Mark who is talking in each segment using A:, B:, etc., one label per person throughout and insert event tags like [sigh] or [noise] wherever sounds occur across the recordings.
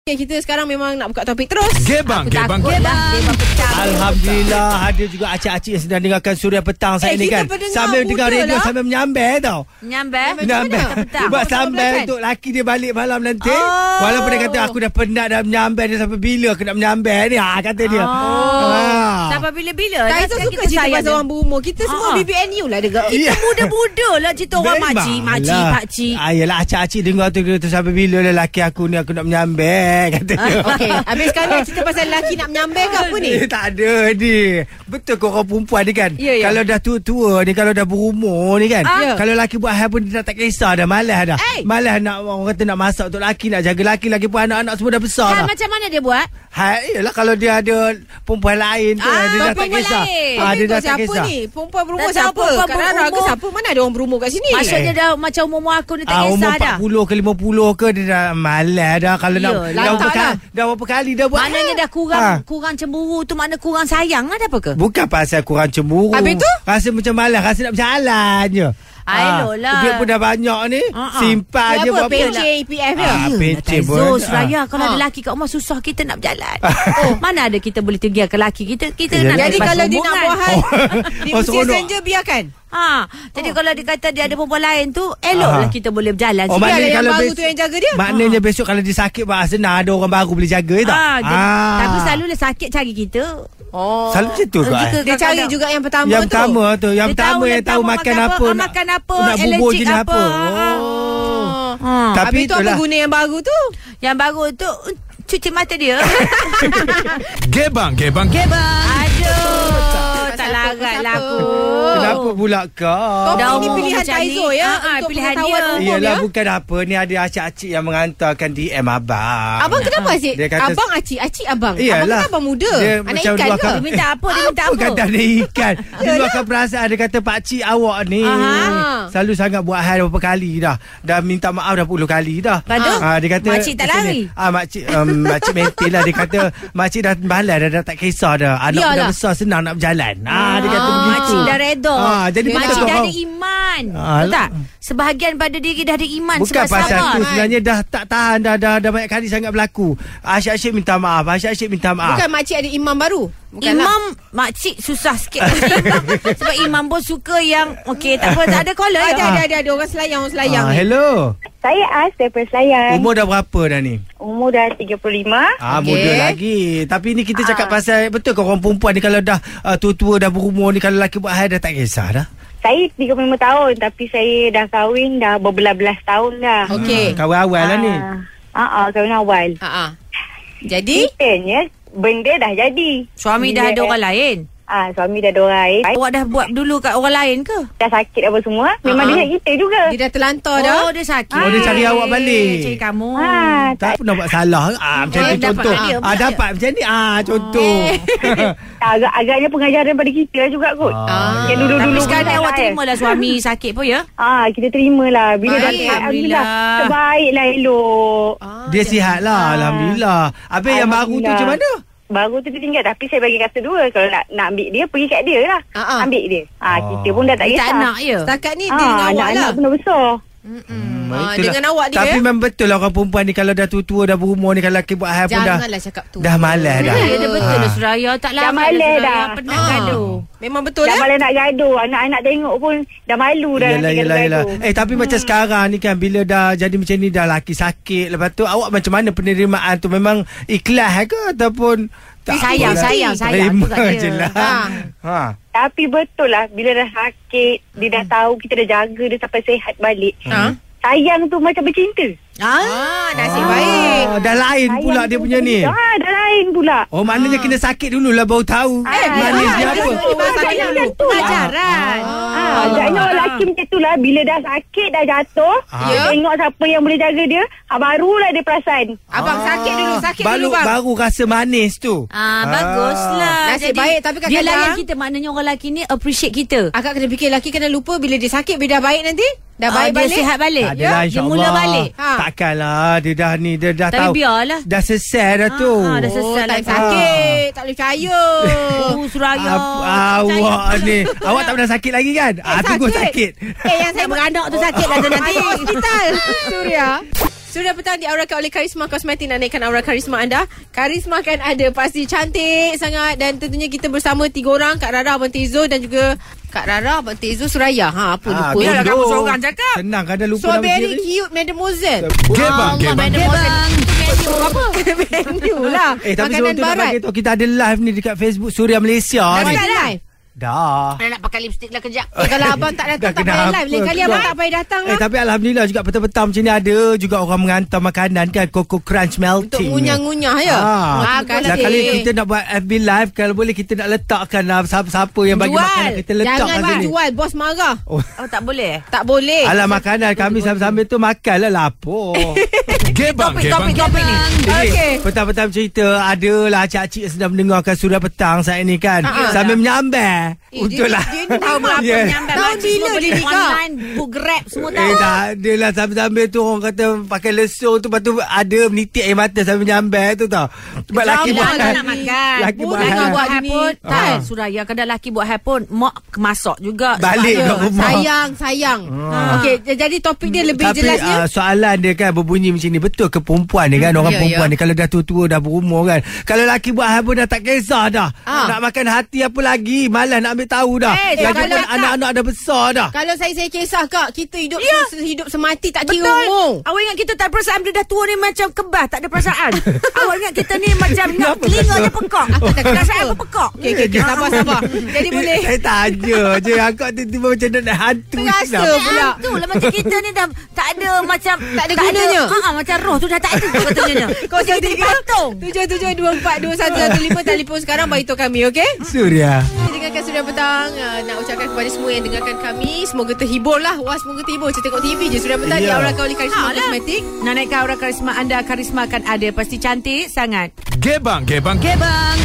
A: Okay, kita sekarang memang nak buka topik terus.
B: Gebang,
A: Aku
B: gebang.
A: takut lah, Gebang pecah.
C: Alhamdulillah ada juga acik-acik yang sedang dengarkan Suria Petang
A: Eh,
C: saya ni
A: kita
C: kan.
A: pendengar
C: Sambil dengar
A: muda
C: radio
A: lah.
C: sambil menyamber tau.
D: Nyambe.
C: Menyamber. Sebab
A: Kita
C: sambil
A: belakang.
C: untuk laki dia balik malam nanti.
D: kan? Oh.
C: Walaupun dia kata aku dah penat dah menyamber dia sampai bila aku nak menyamber ni. Ha kata dia.
D: Oh.
C: Ha. [laughs]
D: Sampai
A: Tak
D: bila-bila lah
A: Aizah
D: sekarang
A: suka cerita
D: sayang
A: pasal
D: dia.
A: orang berumur. Kita semua
D: Ah.
A: BBNU lah dekat.
C: Ya.
D: Kita muda-muda lah cerita orang makcik, makcik,
C: Memanglah.
D: pakcik.
C: Ah, yelah, acik-acik dengar tu, dia kata, sampai bila lelaki aku ni, aku nak menyamber, [laughs] kata dia.
A: Okay, habis sekarang nak cerita pasal lelaki nak menyambai ke apa
C: [laughs]
A: ni?
C: Eh, tak ada ni. Betul kau orang perempuan ni kan.
A: Ya, ya.
C: Kalau dah tua-tua ni, kalau dah berumur ni kan.
A: Ah. Ya.
C: Kalau lelaki buat hal pun dia dah tak kisah dah, malas dah.
A: Eh.
C: Malas nak orang kata nak masak untuk lelaki, nak jaga lelaki, lagi pun anak-anak semua dah besar
D: Ha,
C: dah.
D: macam mana dia buat?
C: Ha, yelah kalau dia ada perempuan lain tu,
D: Ah,
C: dia dah tak
D: perempuan
C: kisah.
D: lain.
C: Ah, dia
A: Perempuan
C: dah tak
A: siapa
C: kisah.
A: ni? Perempuan berumur
D: Tak tahu
A: siapa?
D: perempuan
A: Kak Rara ke
D: berumur.
A: siapa? Mana ada orang berumur kat sini?
D: Maksudnya dah macam umur aku ni tak
C: Ah, umur
D: kisah dah.
C: 40 ke 50 ke dia dah malas dah kalau nak
D: Yelah.
C: dah berapa,
A: Tak
C: kali,
A: lah.
C: dah berapa kali dah buat.
D: Maknanya dah kurang
C: Ah.
D: kurang cemburu tu makna kurang sayang lah, ada apa ke?
C: Bukan pasal kurang cemburu.
A: Habis tu?
C: Rasa macam malas, rasa nak berjalan je.
D: Ay, lola.
C: Duit pun dah banyak ni.
D: Ah, ah.
A: Dia
C: Simpan je
A: apa?
C: buat apa.
A: PJ, PF ya?
C: Ah, pencin pun.
D: Zul,
C: Ah.
D: Suraya, kalau
A: Ah.
D: ada lelaki kat rumah susah kita nak berjalan. oh, mana ada kita boleh tinggalkan lelaki kita kita
C: Jadi
D: nak
A: Jadi
D: lepas
A: kalau [laughs] dia nak
D: hubungan.
A: buat hal, dia
C: Oh,
A: mesti
C: seronok.
A: saja biarkan.
D: Ha, jadi kalau dia kata dia ada perempuan lain tu, eloklah
C: Ah.
D: kita boleh berjalan.
C: Oh,
D: sikit.
A: Biarlah
C: maknanya
A: yang
C: kalau
A: baru
C: bes-
A: tu yang jaga dia.
C: Maknanya besok kalau dia sakit Pak Senang ada orang baru boleh jaga je eh, tak?
D: Ah, dia- Tapi selalulah sakit cari kita.
A: Oh.
C: Selalu macam tu kot. eh?
A: Dia cari juga yang pertama
C: Yang
A: tu.
C: pertama tu Yang
D: Dia
C: pertama
D: tahu
C: yang tahu makan apa
D: nak- makan apa,
C: Nak bubur
D: allergic
C: jenis
D: apa.
C: apa
D: Ah.
C: Oh.
D: Ha.
C: Tak-
A: Habis
C: Tapi
A: tu apa
C: itulah.
A: guna yang baru tu?
D: Yang baru tu uh, cuci mata dia.
C: [laughs]
B: Gebang, gebang.
D: Aduh, tak
A: Pasal apa,
D: larat
A: pasal
D: lah
A: apa?
D: aku.
C: Kenapa pula kau?
A: Topik
D: Dah
A: ni
D: umur
A: pilihan
D: macam
A: Taizo
D: ni.
A: ya
D: Ah, ah,
A: Untuk
D: pilihan
A: pengetahuan
D: dia.
A: umum ya
C: Yelah bukan apa Ni ada acik-acik yang mengantarkan DM abang
A: Abang kenapa asyik?
C: Dia kata-
A: Abang acik, acik abang Abang
C: Iyalah.
A: kenapa abang muda?
C: Dia
A: Anak
C: macam
A: ikan
C: luar
A: ke?
C: kata-
D: Dia minta apa, dia minta
C: Apa
D: apa.
C: kata ada ikan Dia luahkan perasaan Dia kata pakcik awak ni
D: Aha.
C: Selalu sangat buat hal berapa kali dah Dah minta maaf dah puluh kali dah
D: Lepas tu?
C: Ah, Dia kata
D: Makcik tak
C: kata
D: lari?
C: ni, ah, Makcik um, Makcik mentil lah Dia kata Makcik dah malas dah, dah tak kisah dah Anak
A: Iyalah.
C: dah besar senang nak berjalan ah, Dia kata
D: Ah,
C: begitu
D: Makcik dah reda.
C: Ah, jadi betul
D: makcik
C: kau
D: dah
C: faham.
D: ada iman.
C: Ah,
D: Betul
C: lah.
D: tak? Sebahagian pada diri dah ada iman
C: Bukan
D: sebab
C: pasal
D: sabar. kan?
C: tu Sebenarnya dah tak tahan Dah, dah, dah banyak kali sangat berlaku Asyik-asyik minta maaf Asyik-asyik minta maaf
A: Bukan makcik ada imam baru? Bukan lah.
D: Imam makcik susah
C: [laughs]
D: sikit Imam, Sebab imam pun suka yang Okey tak apa tak ada caller
A: Ada,
D: ya?
A: Ah, ada, ada, ada orang selayang, orang selayang
C: ah,
A: ni.
C: Hello
E: Saya As daripada Selayan. Umur,
C: Umur dah berapa dah ni?
E: Umur dah 35.
C: Ah
A: Okey.
C: okay. muda lagi. Tapi ni kita cakap pasal betul ke orang perempuan ni kalau dah uh, tua-tua dah berumur ni kalau lelaki buat hal dah tak kisah dah.
E: Saya 35 tahun tapi saya dah kahwin dah berbelas-belas tahun dah.
A: Okey.
C: Hmm, kawan awal lah ni.
E: Ah, ah, kahwin awal.
A: Ha ah. Jadi
E: Kitanya benda dah jadi.
D: Suami dah
E: Bila-
D: ada orang lain
E: Ah, suami dah ada orang lain.
D: Awak dah buat dulu kat orang lain ke?
E: Dah sakit apa semua.
A: Ah, ah.
E: Memang uh-huh. dia nak kita juga.
A: dia dah terlantar dah.
D: Oh dia sakit
C: Oh, dia cari awak balik.
D: Cari kamu
E: Ah, tak,
C: Tak pernah buat salah ke? Ah, macam
D: Eh,
C: tu
D: dapat
C: contoh.
D: idea
C: ah,
D: pula.
C: dapat macam ni. Ah, contoh. [laughs]
E: tak agak, agaknya pengajaran pada kita lah juga kot.
C: Ah.
E: Yang dulu-dulu
D: Tapi
E: pun
D: sekarang
E: tak
D: awak
E: eh.
D: terima lah suami sakit pun ya
E: Ah, kita terima lah. Bila dah
A: Baik.
E: sihat,
D: Alhamdulillah.
E: Alhamdulillah. Sebaiklah elok.
A: Ah,
C: dia sihat lah.
E: Ah.
C: Alhamdulillah. Habis yang baru tu
E: Alhamdulillah.
C: macam mana?
E: Baru tu dia tinggal Tapi saya bagi kata dua Kalau nak nak ambil dia Pergi kat dia lah
A: Ah, ah.
E: Ambil dia ha,
C: Ah.
E: Kita pun dah tak
D: Dia
E: kisah
D: tak nak ya
A: Setakat ni
E: Ah,
A: dia dengan awak
E: Anak-anak
A: lah.
E: pun dah besar
A: Hmm, ah,
C: Itulah.
A: dengan awak dia. eh?
C: Tapi memang betul lah orang perempuan ni kalau dah tua-tua dah berumur ni kalau lelaki buat hal pun dah
A: Janganlah cakap tu. Ah.
C: dah malas dah.
D: Ya dia betul
C: Ah.
D: lah Suraya Tak lama
E: malas
D: Suraya
E: dah.
D: Pernah
A: Ah.
D: gaduh
A: Memang betul
E: Dah
A: eh?
E: malas nak gaduh Anak-anak tengok pun Dah malu dah
C: Yelah,
E: nanti kalau
C: yelah, yelah.
E: gaduh.
C: Eh, tapi hmm. macam sekarang ni kan, bila dah jadi macam ni, dah laki sakit. Lepas tu, awak macam mana penerimaan tu? Memang ikhlas ke ataupun...
D: Sayang,
C: apalah.
D: sayang, sayang
C: Terima
D: tu kat dia.
C: je lah.
A: Ha.
C: Ha.
E: Tapi betul lah Bila dah sakit Dia dah
C: Hmm.
E: tahu Kita dah jaga Dia sampai sehat balik
A: Ah.
E: Sayang tu macam bercinta
D: Ha?
A: Ah, nasib
C: Ah,
A: baik.
C: Dah lain
E: Sayang
C: pula
E: tu
C: dia
E: macam
C: punya ni.
E: bercinta. ah, Dah lain pula
C: Oh, maknanya kena sakit dululah baru tahu.
E: Eh,
C: Manis
E: ah,
C: dia
E: ah,
C: apa?
E: ah, ah,
A: Sakit Ha.
E: ah,
A: dulu.
E: tu lah.
D: Pelajaran Oh.
E: Ah, agaknya orang lelaki macam tu lah Bila dah sakit dah jatuh
C: Ah.
E: Dia tengok siapa yang boleh jaga dia ah, Barulah dia perasan
A: Abang sakit dulu, sakit
C: baru,
A: dulu bang.
C: Ah. Baru rasa manis tu.
D: Ah, baguslah.
A: Nasib baik, tapi
D: Dia
A: kadang-kadang-
D: layan kita Maknanya orang lelaki ni Appreciate kita
A: Akak kena fikir lelaki kena lupa bila dia sakit bila dah baik nanti. Dah
D: Ah,
A: baik
D: dia
A: balik. ya?
D: sihat balik
C: Tak adalah
D: Dia
C: lah, insyaAllah
D: mula balik
A: Ha.
C: Takkanlah Dia dah ni Dia dah
D: Tapi
C: tahu
D: biarlah.
C: Dah selesai dah tu
D: Ah,
A: Oh,
D: dah Sesat
A: tak
D: lah.
A: sakit. Tak boleh percaya.
D: Oh Suraya
C: Ah, awak
A: [laughs]
C: ni Awak tak pernah sakit lagi kan? Ah, tunggu sakit [laughs]
A: [laughs] Eh, yang saya beranak tu sakit lah tu nanti. Masuk hospital. Suria. Sudah petang diaurakan oleh Karisma Kosmetik Nak naikkan aura karisma anda Karisma kan ada Pasti cantik sangat Dan tentunya kita bersama Tiga orang Kak Rara, Abang Tezo Dan juga Kak Rara, Abang Tezo, Suraya Ha, apa lupa
C: Ah,
D: Yalah, kamu
C: bodoh.
D: seorang cakap.
C: Senang kadang lupa
A: So
C: nama
A: very
C: dia.
A: cute Mademoiselle
B: Gebang,
D: Allah,
B: gebang.
D: Madam Ozan. Itu menu apa?
C: [laughs]
A: Menu lah
C: Eh tapi
A: Makanan
C: sebelum tu Ah, nak
A: barat
C: bagi tahu Kita ada live ni dekat Facebook Suria Malaysia
A: Dah
C: ni.
A: start
C: [laughs]
A: live
C: Dah
D: Mana nak pakai lipstick lah kejap.
A: Eh, kalau abang tak datang tak payah live Lain kali abang tak payah datang
C: Eh
A: lah
C: tapi Alhamdulillah juga petang-petang macam ni ada juga orang mengantar makanan kan Coco Crunch melting
A: Untuk
C: ni.
A: ngunyah-ngunyah ya
C: Ah,
A: Ah, terima
C: Dah
A: kasih.
C: kali kita nak buat FB live Kalau boleh kita nak letakkan lah Siapa-siapa yang bagi makanan Kita letak
A: Jangan
C: kat
A: abang
C: sini
A: jual Bos marah
C: Oh.
D: Oh, tak boleh.
A: Tak boleh
C: Alah makanan kami sambil-sambil tu makan lah
A: [laughs]
C: lapor
B: Gebang,
D: Topik,
B: gebang.
D: topik, topik ni.
A: Okey.
C: Okey. Eh, Petang-petang cerita adalah cakcik yang sedang mendengarkan suria petang saat ni kan.
A: Ha, ha.
C: sambil menyambar. lah.
A: Eh,
C: Untunglah.
A: dia- dia ni
D: Tahu
C: [laughs]
D: berapa
C: Yeah.
D: menyambat
A: Tahun
D: makcik semua
A: bila
D: boleh
A: dia nikah?
D: Online, book grab semua tahu.
C: Eh tak ada lah sambil-sambil tu orang kata pakai lesung tu lepas tu ada menitik air mata sambil menyambar tu tau. Sebab
A: lah
C: laki
D: Laki
C: buat
D: buat nak makan.
C: Laki buat kan. hal.
D: laki buat
A: Laki
D: hal
A: buat
D: pun.
A: ni.
D: Tak,
C: Ah.
D: Suraya kadang laki buat hal pun mak masak juga.
C: Balik
D: Sebab-
C: kat rumah.
A: Ya. Sayang, sayang
D: Ah.
A: Okey, j- jadi topik dia lebih
C: Tapi
A: jelasnya
C: uh, soalan dia kan berbunyi macam ni Betul ke perempuan ni kan Orang
A: ya,
C: perempuan
A: ya.
C: ni Kalau dah tua-tua dah berumur kan Kalau lelaki buat hal pun dah tak kisah dah
A: Ah.
C: Nak makan hati apa lagi Malah nak ambil tahu dah
A: Eh,
C: Lagi
A: kalau
C: pun
A: tak-
C: anak-anak dah besar dah
A: Kalau saya saya kisah kak, kita hidup
D: Ya.
A: se- hidup semati tak kira
D: Betul.
A: umur.
D: Awak ingat kita tak ada perasaan bila dah tua ni macam kebas, tak ada
C: [laughs]
D: perasaan. Awak ingat kita ni macam nak
C: Kenapa
D: telinga
C: tak
D: je
C: [laughs]
D: pekak. Perasaan pun pekak.
A: Okey, okey, okey, sabar, sabar. Jadi boleh.
C: Eh, Saya tanya je Akak tiba-tiba macam nak nak hantu
A: Terasa.
C: sedap.
A: Apa pula?
D: tu lah macam kita ni dah tak ada macam
A: Tak ada gunanya.
D: Ha ah, macam roh tu dah tak ada [laughs] katanya.
A: Kau
D: Macam kita patung.
A: Tujuh tujuh dua empat dua satu satu lima telefon sekarang bagi tahu kami, okey?
C: Suria
A: Kita dengarkan sudah petang uh, nak ucapkan kepada semua yang dengarkan kami semoga terhibur lah. Wah, semoga terhibur. Kita tengok TV je sudah petang
C: Ya.
A: yeah. diaurakan oleh Karisma
D: Ha, lah.
A: Kosmetik.
D: Nak naikkan aura karisma anda, karisma akan ada. Pasti cantik sangat.
B: Gebang, gebang.
D: Gebang.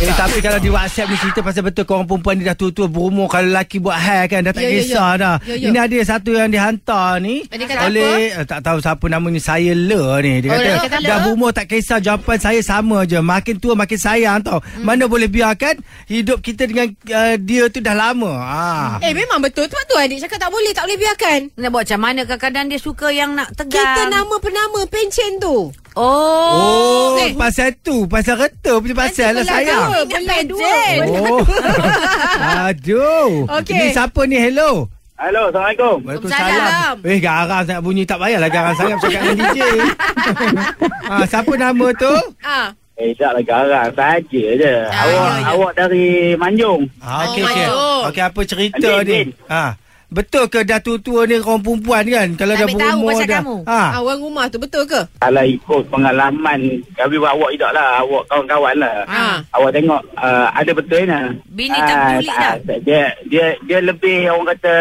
C: Eh tapi kalau di WhatsApp ni cerita pasal betul korang perempuan ni dah tua-tua berumur kalau lelaki buat hair kan dah tak
A: Ya, ya,
C: kisah
A: ya.
C: dah.
A: Ya, ya.
C: Ini ada satu yang dihantar ni
A: Dia kata
C: oleh eh, tak tahu siapa namanya saya Le ni. Dia
A: Oh,
C: kata,
A: Le, kata Le.
C: dah berumur tak kisah jawapan saya sama je. Makin tua makin sayang tau.
A: Hmm.
C: Mana boleh biarkan hidup kita dengan uh, dia tu dah lama. Ha.
A: Eh memang betul Sebab tu adik cakap tak boleh Tak boleh biarkan
D: Nak buat macam mana kadang-kadang dia suka yang nak tegang.
A: Kita nama penama pencen tu
D: Oh.
C: Oh,
A: eh.
C: pasal tu, pasal reta punya pasal lah
A: Nanti
C: sayang.
A: belah dua, belah
D: Ingat
A: dua.
D: pencen.
A: [laughs]
C: Oh. Aduh.
A: Okey.
C: Ni siapa ni? Hello.
F: Halo, Assalamualaikum.
A: Waalaikumsalam.
C: Eh, garang sangat bunyi. Tak payahlah garang sangat bercakap dengan DJ. ha, siapa nama tu?
A: Ah,
F: Eh, taklah garang. Saja je. awak
A: ya, ya.
F: awak dari Manjung.
C: Ha,
A: Oh,
C: okey, okey.
A: masuk.
C: Okey, apa cerita
F: Din,
C: ni?
F: Din.
C: Ha. Betul ke dah tua-tua ni orang perempuan kan? Kalau
D: Tak
C: dah
D: ambil tahu
C: berumur
D: pasal
C: dah.
D: kamu.
C: Ha.
A: ah. Orang rumah tu betul ke?
F: Kalau ikut pengalaman, kami buat awak tidak lah. Awak kawan-kawan lah.
A: Ah.
F: Awak tengok, uh, ada betul ni.
D: Bini tak peduli dah.
F: Dia, dia, dia lebih orang kata,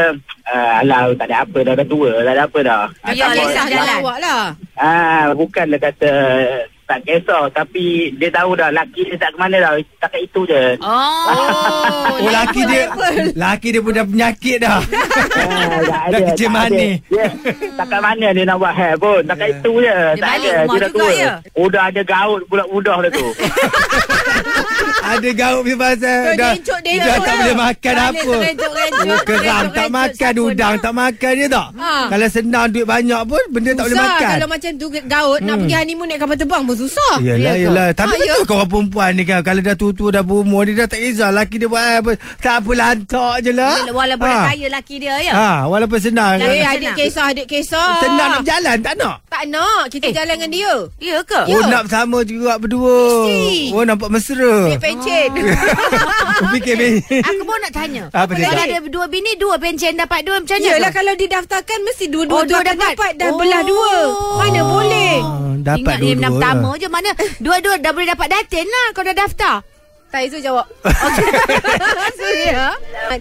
F: uh, alah, tak ada apa dah. Dah tua, tak ada apa dah.
D: Biar
F: Ah, tak
A: ya,
D: Boleh.
A: Kisah
F: apa.
A: jalan
D: Jalan.
A: awak lah
F: Ah, bukanlah kata tak kisah. Tapi dia tahu dah, laki dia tak ke mana dah. Setakat itu je.
D: Oh.
C: Oh, laki dia laki dia pun dah penyakit dah.
F: Ah, tak
C: Dah
F: ada,
C: kerja
F: tak
C: mana?
F: ada. Dia, takkan mana dia nak buat hair pun. Takkan
C: Ya.
F: itu je.
D: Dia
F: tak
D: balik
F: ada.
D: rumah
F: Dia dah
D: juga
F: tua.
D: ya?
F: Udah ada gaut budak-budak dah tu.
C: Ada gaut punya pasal.
A: Dia
C: Dah,
A: rencuk, dia
C: dah
A: rencuk
C: tak
A: je.
C: boleh makan
A: Balik
C: apa.
A: terencuk-rencuk,
C: Oh, Keram
A: terencuk-rencuk
C: tak makan,
A: sabun.
C: udang tak makan dia tak?
A: Ha.
C: Kalau senang duit banyak pun benda tak boleh
A: Susah
C: makan. Hmm.
A: Kalau macam tu Daud Nak pergi honeymoon naik kapal terbang pun susah
C: [laughs] Yelah,
A: Ya ke?
C: yelah. Tapi
A: Ah, ya.
C: betul kau orang perempuan ni kan. Kalau dah tua-tua, dah berumur, dia dah tak kisah. Laki dia buat apa. Tak apalah, hantar je lah.
D: Yelah, [laughs] Walaupun
C: ha.
D: ha. kaya laki dia ya.
C: Ha, walaupun senang.
A: Eh
D: Senang.
A: adik kisah Adik kisah
C: Senang nak berjalan, tak nak?
A: Tak nak Kita
D: Eh.
A: jalan dengan dia
D: Ya ke?
A: Ya.
C: Oh, nak bersama juga berdua.
A: Mesti.
C: Oh, nampak mesra.
A: Naik pencen
C: Ah. Fikir bini.
D: Aku pun nak tanya.
C: Apa dia?
D: Kalau ada dua bini, dua pencen dapat dua macam mana?
A: [laughs] Yelah
D: tu?
A: kalau didaftarkan Mesti dua-dua
D: Oh, dua
A: tu akan
D: dapat.
A: dapat Dah
D: Oh.
A: belah dua Mana boleh
C: Ah, Dapat
D: Ingat ni enam
C: dua-dua
D: pertama
C: lah.
D: je mana dua-dua dah boleh dapat datin lah kalau dah daftar.
A: Taizu jawab [laughs] Surya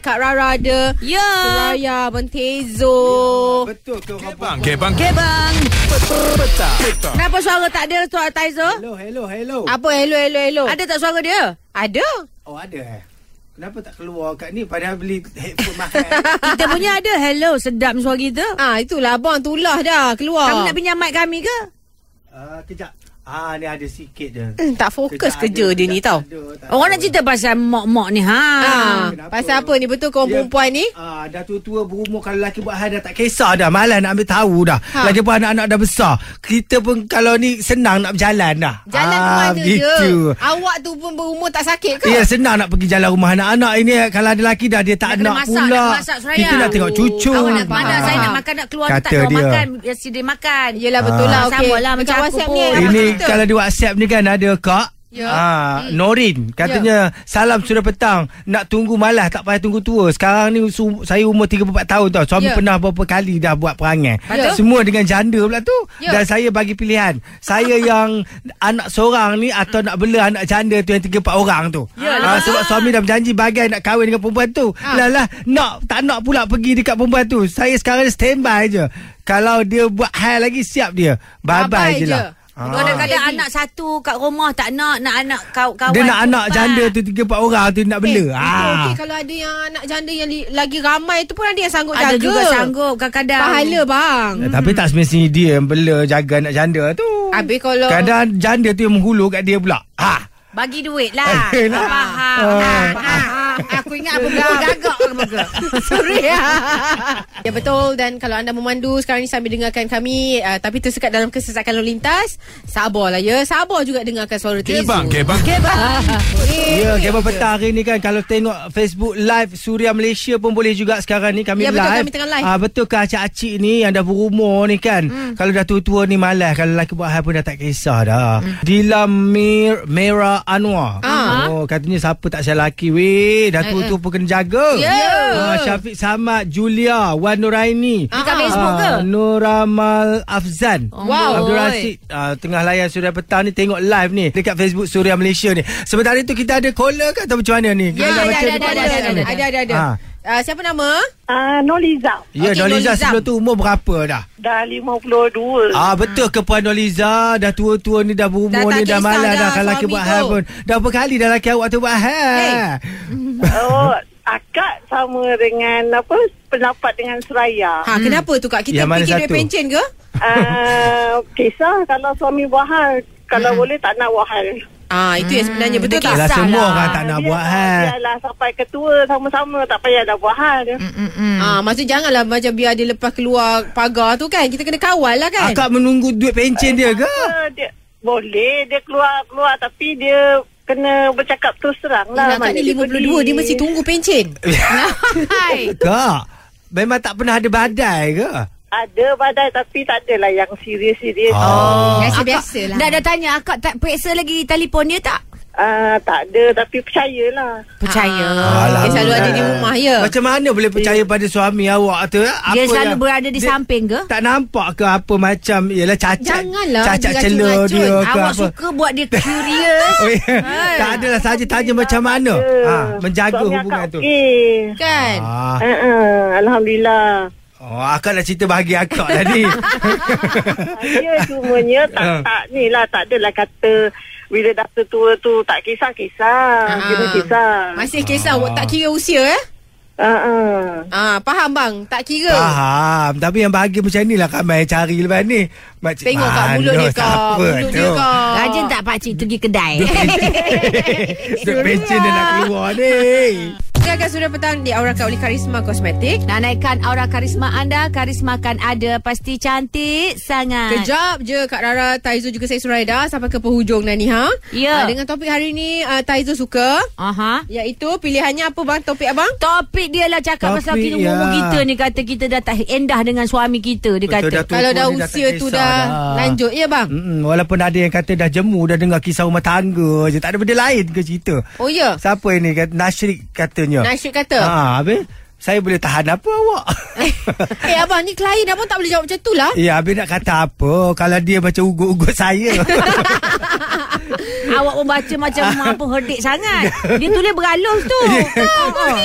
A: Kak Rara ada
D: Ya.
A: Suraya Bentezo
C: Betul ke orang
B: Gebang,
C: perempuan?
B: gebang.
D: Gebang.
B: Petang. Petang.
D: Kenapa suara tak ada suara Taizo?
C: Hello, hello, hello.
A: Apa hello hello hello
D: Ada tak suara dia?
A: Ada
C: Oh, ada eh? Kenapa tak keluar kat ni? Padahal beli headphone mahal.
D: [laughs]
A: [laughs]
D: Kita punya ada. Hello, sedap suara kita. Oh.
A: Ah itulah abang tulah dah keluar
D: Kamu nak pinjam mic kami ke?
C: Ah, kejap. Ah, Ah, ni ada sikit je.
A: Hmm, tak fokus
C: Kerja
A: kerja
C: ada,
A: dia ni tau.
C: kerja ada, tak
D: Oh, Orang
C: ada.
D: nak cerita pasal mak-mak ni ha.
A: Ha,
C: kenapa?
A: pasal apa ni betul kau
C: Dia-
A: perempuan ni?
C: Ah, dah tua-tua berumur kalau lelaki buat hal dah tak kisah dah. Malas nak ambil tahu dah. Ha. Lagi pun anak-anak dah besar. Kita pun kalau ni senang nak berjalan dah.
A: Jalan
C: Ah,
A: ah, mana
C: gitu.
A: je. Awak tu pun berumur tak sakit ke?
C: Ya senang nak pergi jalan rumah anak-anak ini Kalau ada lelaki dah dia tak
D: Dia kena
C: nak
D: masak,
C: pula
D: nak masak, Suraya.
C: Kita nak tengok cucu
D: Awak nak
A: mana
D: pandang
A: Ah.
D: saya nak makan nak keluar
C: Kata
D: tak keluar
C: dia.
D: makan. Biasa dia makan.
A: Yelah betul
D: Ah.
A: lah okay.
D: Sama lah macam aku
A: ni
D: pun.
A: apa
C: Ini
A: cerita?
C: kalau di WhatsApp ni kan ada kak
A: Ya.
C: Ah, Norin katanya salam sudah petang nak tunggu malas tak payah tunggu tua. Sekarang ni su- saya umur 34 tahun tau. Suami
A: Ya.
C: pernah berapa kali dah buat perangai.
A: Lepas tu?
C: Semua dengan janda pula tu.
A: Ya.
C: Dan saya bagi pilihan.
A: [laughs]
C: Saya yang anak seorang ni atau nak bela anak janda tu yang 3 4 orang tu. Ah,
D: Ya, lepas tu-
C: sebab suami dah berjanji bagai nak kahwin dengan perempuan tu.
A: Ah.
C: Lah lah nak tak nak pula pergi dekat perempuan tu. Saya sekarang ni standby je. Kalau dia buat hal lagi siap dia.
A: Bye-bye
C: Bye bye je
A: je.
C: lah.
D: Kadang-kadang
A: Jadi-
D: anak satu kat rumah tak nak nak anak kau kawan.
C: Dia nak
D: tu
C: anak
D: empat.
C: janda tu tiga empat orang tu nak bela.
A: Eh,
C: ah.
A: betul, okey, kalau ada yang anak janda yang li, lagi ramai tu pun ada yang sanggup
D: Ada
A: jaga.
D: juga sanggup kadang-kadang.
A: Pahala bang.
C: Eh, Tapi tak semestinya dia yang bela jaga anak janda tu.
A: Habis kalau
C: Kadang janda tu yang menghulu kat dia pula. Ha.
D: Bagi duit
A: [laughs]
D: lah.
C: Eh, lah.
D: Faham.
C: Ah.
D: Ah, ah, ah. Aku ingat apa benda gagak ke [laughs] muka.
A: Sorry Ya betul Dan kalau anda memandu Sekarang ni sambil dengarkan kami uh, Tapi tersekat dalam kesesakan lalu lintas Sabarlah ya Sabar juga dengarkan suara Tizu
B: Gebang, gebang.
C: Ya, kebab petang hari ni kan kalau tengok Facebook live Suria Malaysia pun boleh juga sekarang ni kami
A: Ya, betul,
C: live.
A: kami tengah live. Hmm.
C: Ah betul ke acik-acik ni yang dah berumur ni kan. Kalau dah tua-tua ni malas kalau lelaki buat hal pun dah tak kisah dah. Dila Mir Mera
A: Hmm.
C: Anwar.
A: Ah. Eh,
C: Oh katanya siapa tak sayang lelaki weh dah tua-tua pun kena jaga.
A: Ya.
C: Ah, Syafiq Samad, Julia, Wan Nuraini.
D: Dekat
A: Ah.
D: Facebook ke?
C: Ah, Nuramal Afzan
A: Oh, Wow.
C: Abdul Rasid ah, Tengah layan Suria Petang ni Tengok live ni Dekat Facebook Suria Malaysia ni Sebentar itu kita ada caller ke Atau macam mana ni
A: Ya
C: Kita nak
A: ada
C: baca
A: ada
C: dekat
A: ada ada
C: WhatsApp
A: ada
C: ni.
A: ada ada ada.
C: Ah.
A: Ah, Siapa nama?
E: Ah, Noliza
C: Ya
A: Okey, Noliza.
C: Noliza sebelum tu umur berapa dah
E: dah 52.
C: Ah betul ke Puan Noliza Dah tua-tua ni Dah berumur
A: Dah tak
C: ni Dah
A: kisah
C: malas
A: dah
C: dah Kalau lelaki
A: suami
C: buat
A: tu.
C: hal pun Dah berapa kali dah lelaki awak tu buat hal
E: Oh, akak sama dengan apa pendapat dengan Seraya.
D: Hmm.
A: Ha kenapa tu kak? Kita
C: Yang Ya, mana
A: fikir duit
C: satu?
A: pencen ke?
E: Ah, kisah kalau suami buat hal, kalau boleh tak nak buat hal.
A: Ah itu yang sebenarnya
D: Hmm.
A: betul tak?
D: lah,
C: Yelah lah, semua orang tak nak
E: Dia
C: buat
E: dah-
C: hal
E: Biarlah sampai ketua sama-sama tak payahlah buat hal.
A: Ah maksud janganlah macam biar dia lepas keluar pagar tu kan. Kita kena kawal lah kan.
C: Akak menunggu duit pencen dia ke
E: Apa Ah, Dia, boleh dia keluar-keluar tapi dia kena bercakap terus terang
A: Yelah,
E: lah.
A: Kak Eh, ni
E: Mana
A: 52
E: boleh.
A: dia mesti tunggu pencen. [laughs] Hai.
C: Kak Memang tak pernah ada badai ke
E: Ada badai tapi tak adalah yang serius-serius.
C: Oh.
A: Biasa-biasa lah.
D: Dah dah tanya akak tak periksa lagi telefon dia tak?
E: Ah, tak ada tapi percayalah.
D: Percaya.
A: Dia selalu ada di rumah ya.
C: Macam mana boleh percaya pada suami awak tu? eh? Apa
D: Dia selalu
C: yang-
D: berada di
C: dia
D: samping ke?
C: Tak nampak ke apa macam Yelah cacat
A: Janganlah
C: Cacat
A: diracun-racun.
C: cela dia ke
D: Awak
C: apa
D: suka buat dia curious.
C: [laughs] Oh, ya. Tak adalah saja tanya macam mana ha, Menjaga
E: Suami
C: hubungan
E: akak
C: tu
E: Okey.
A: Kan?
C: Ah,
E: Ah, ah, Alhamdulillah.
C: oh, akak nak cerita bahagia akak
A: [laughs]
C: lah tadi [laughs]
E: Saya Ya, cumanya tak
C: Ah.
E: tak ni lah tak adalah kata bila dah tua tu tak kisah-kisah.
A: Ah.
E: Kira kisah.
A: Masih kisah awak tak kira usia eh?
E: Ah, ah.
A: Ah, faham bang, tak kira.
C: Faham Tapi yang bahagia macam ni lah Kamai cari lepas ni Macam
A: Tengok kat mulut
C: mana
A: dia kak,
C: siapa
A: mulut dia
C: tu? [laughs]
A: kak.
D: Rajin tak pakcik tu pergi kedai?
C: Duit pencen dia nak keluar ni
A: [laughs] Gagal sudah petang diaurakan oleh Karisma Kosmetik.
D: Nak naikkan aura karisma anda Karisma kan ada Pasti cantik sangat
A: Kejap je Kak Rara, Taizo juga saya Suraida sampai ke penghujung dan Niha. Ah,
D: Ya.
A: dengan topik hari ni uh, Taizo suka
D: Aha
A: iaitu pilihannya apa bang topik abang?
D: Topik dia lah cakap
C: Topik,
D: pasal kita
C: ya.
D: umur kita ni Kata kita dah tak endah dengan suami kita Dia
C: Betul,
D: kata
C: dah Tu
A: Kalau dah
C: pun dia dah tak
A: usia tu
C: kisah
A: dah
C: dah.
A: lanjut ya bang.
C: Mm-mm, walaupun ada yang kata dah jemu dah dengar kisah rumah tangga je tak ada benda lain ke cerita.
A: Oh ya.
C: Siapa ini kata Nashrik katanya.
A: Nasyid kata.
C: Ha habis saya boleh tahan apa
D: [laughs]
C: awak?
A: [laughs] Eh abang ni klien abang tak boleh jawab macam tu lah.
D: [laughs]
C: ya habis nak kata apa kalau dia macam ugut-ugut saya.
D: Awak pun baca
A: [laughs]
D: macam apa herdik sangat. Dia tulis beralus tu. Oh,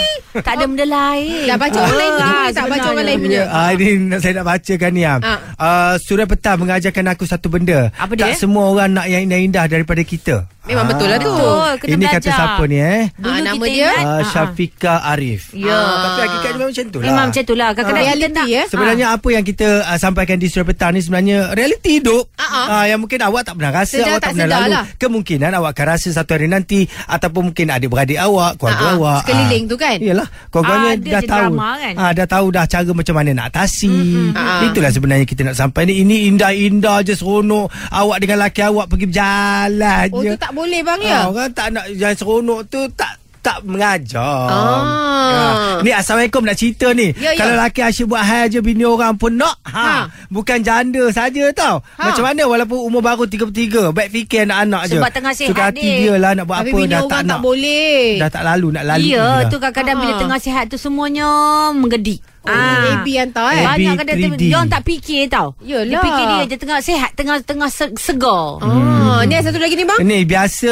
D: tak ada benda lain.
A: Ya. Dah baca orang lain
D: Ah,
A: punya, tak baca orang lain punya.
C: Ya, ah, ini nak- saya nak bacakan ni. Ah.
A: Ah.
C: Ah, Surah Petang mengajarkan aku satu benda.
D: Ha. Apa dia?
C: tak semua orang nak yang indah-indah daripada kita. Ha.
A: Memang betul lah tu.
D: Betul, Oh, kena
C: ini
D: belajar.
C: kata siapa ni eh?
D: Dulu
A: Ah,
D: kita
A: nama
D: ingat,
A: dia?
D: ah,
C: Ah,
D: ah.
C: Syafika Arif.
D: Ya.
C: Ah, tapi hakikatnya memang macam tu lah.
D: Memang macam itulah. Kadang-kadang
A: Ah.
D: kita
A: Realiti,
D: nak
A: eh?
C: Sebenarnya apa yang kita uh, sampaikan di Surah Petang ni sebenarnya realiti hidup.
A: Ah,
C: Ah, yang mungkin awak tak pernah rasa,
A: Sedar
C: awak
A: tak
C: tak pernah
A: sedar
C: lalu.
A: lah.
C: Kemungkinan awak akan rasa satu hari nanti ataupun mungkin adik-beradik awak, keluarga
A: Ah, ah,
C: awak.
A: sekeliling tu kan?
C: Yalah, keluarganya
D: Ada
C: dah
D: je
C: tahu.
D: drama kan?
C: Ah, dah tahu dah cara macam mana nak atasi.
A: Ah.
C: Itulah sebenarnya kita nak sampai ni. Ini indah-indah je seronok. Awak dengan laki awak pergi berjalan
A: Oh
C: je.
A: tu tak boleh bang ya?
C: Ah, orang tak nak yang seronok tu tak tak mengajar.
A: Ah.
C: Ah. Ni Assalamualaikum nak cerita ni.
A: Ya, ya.
C: Kalau lelaki asyik buat hal je bini orang pun nak.
A: Ha.
C: Ha. Bukan janda saja tau.
A: Ha.
C: Macam mana walaupun umur baru 33, baik fikir anak-anak je.
D: Sebab tengah sihat
C: Suka hati
D: dia.
C: dia lah nak buat
A: Habis
C: apa
A: bini
C: dah
A: orang
C: tak
A: tak,
C: nak.
A: boleh.
C: Dah tak lalu nak lalu.
D: Ya,
C: dah.
D: tu kadang-kadang
A: Ah.
D: bila tengah sihat tu semuanya menggedi.
A: Oh, AB hantar, eh?
D: Banyak
C: AB,
D: kadang tu
C: 3D.
D: dia orang tak fikir tau.
A: Yelah.
D: Dia fikir dia je tengah sihat, tengah tengah se- segar.
C: Hmm.
A: Ah, ni ada satu lagi ni bang.
C: Ni biasa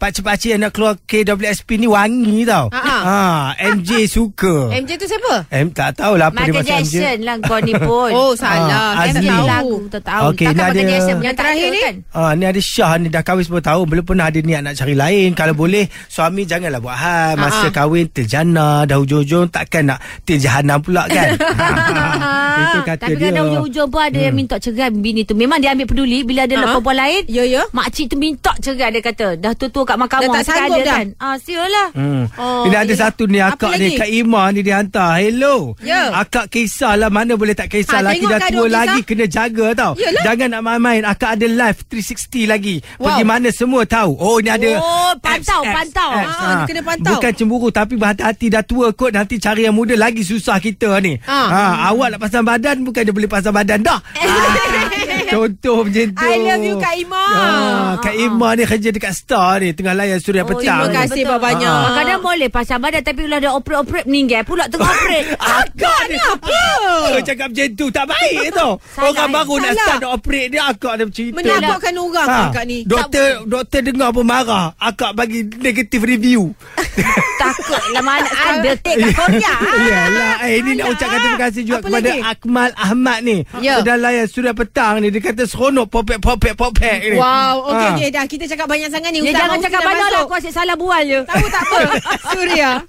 C: pakcik-pakcik yang nak keluar KWSP ni wangi tau.
A: Ha, ha.
C: Ha, MJ suka.
A: MJ tu siapa?
C: M tak tahulah apa dia
D: Michael
C: maksud MJ.
D: Jackson lah kau ni pun.
A: Oh salah.
C: Ah,
A: Saya tak
C: Azmi.
A: tahu.
D: lagu tak tahu.
C: Okey, ni
D: Takkan Michael
C: ada-
D: Jackson punya
A: Yang
D: tak
A: terakhir
D: ada
A: ni?
D: kan?
C: Ah, ni ada Syah ni dah kahwin 10 tahun belum pernah ada niat nak cari lain. Kalau
D: Hmm.
C: boleh suami janganlah buat hal
A: Ah,
C: masa
A: ah.
C: kahwin terjana dah hujung-hujung takkan nak terjahana pula
D: [laughs]
C: kan. Itu kata
D: Ah, Tapi
C: dia.
D: kadang hujung-hujung pun ada yang minta cerai bini tu. Memang dia ambil peduli bila ada
A: Hmm. Ah.
D: uh-huh. perempuan lain.
A: Ya ya.
D: Makcik tu minta cerai dia kata. Dah tua-tua kat mahkamah.
A: Dah tak
D: sekarang
A: sanggup
D: dia
A: dah.
D: Kan? Ah, sialah.
C: Hmm.
A: Oh,
C: Oh, Ini ada
A: yelah.
C: satu ni
A: Apa
C: akak ni
A: lagi?
C: Kak Ima ni dia hantar Hello
A: Ya.
C: Akak kisahlah Mana boleh
A: Ha,
C: tak kisah Laki
A: tengok
C: dah
A: kan
C: tua
A: duk
C: lagi
A: kisah.
C: Kena jaga tau
A: Yelah.
C: Jangan nak main-main Akak ada live 360 lagi
A: Wow.
C: Pergi mana semua tahu Oh ni ada
D: Oh, pantau,
C: apps,
D: pantau.
C: apps,
A: Ah,
C: ah.
A: kena pantau.
C: Bukan cemburu Tapi berhati-hati dah tua kot Nanti cari yang muda Lagi susah kita ni
A: Ah.
C: ha, Awak nak pasang badan Bukan dia boleh pasang badan
A: [laughs]
C: dah Ah, Contoh macam tu
A: I love you Kak Ima.
C: Ah, Kak Ima ni kerja dekat Star ni Tengah layan Suria
D: Oh,
C: Petang
A: Terima
C: ni.
A: kasih
D: Betul.
A: banyak.
D: Ah. Kadang boleh pasang badan tapi kalau dah operate-operate meninggal pula tengah operate.
A: [laughs]
C: Akak ni apa? Kau cakap macam tu tak baik tau.
D: Salah,
C: Orang
D: eh?
C: baru nak
A: Salah.
C: start nak operate dia akak ada cerita.
A: Menakutkan orang
C: Ah.
A: ha. akak ni.
C: Doktor doktor dengar pun marah. Akak bagi negative review.
D: Takutlah mana kan, sekarang
A: Ah.
D: detik kat Korea.
A: [laughs]
C: Yalah, eh, ini nak ucapkan terima kasih juga
A: Apa
C: kepada
A: lagi?
C: Akmal Ahmad ni.
A: Ya.
C: Sedang layan sudah petang ni. Dia kata seronok popek popek popek ni.
A: Wow, okey
C: Ah.
A: okey dah kita cakap banyak sangat ni.
D: Ya,
A: Ustaz
D: jangan
A: Fauzi
D: cakap
A: dah
D: mana lah
A: masuk.
D: aku asyik salah bual je.
A: Tahu tak apa? [laughs] Suria.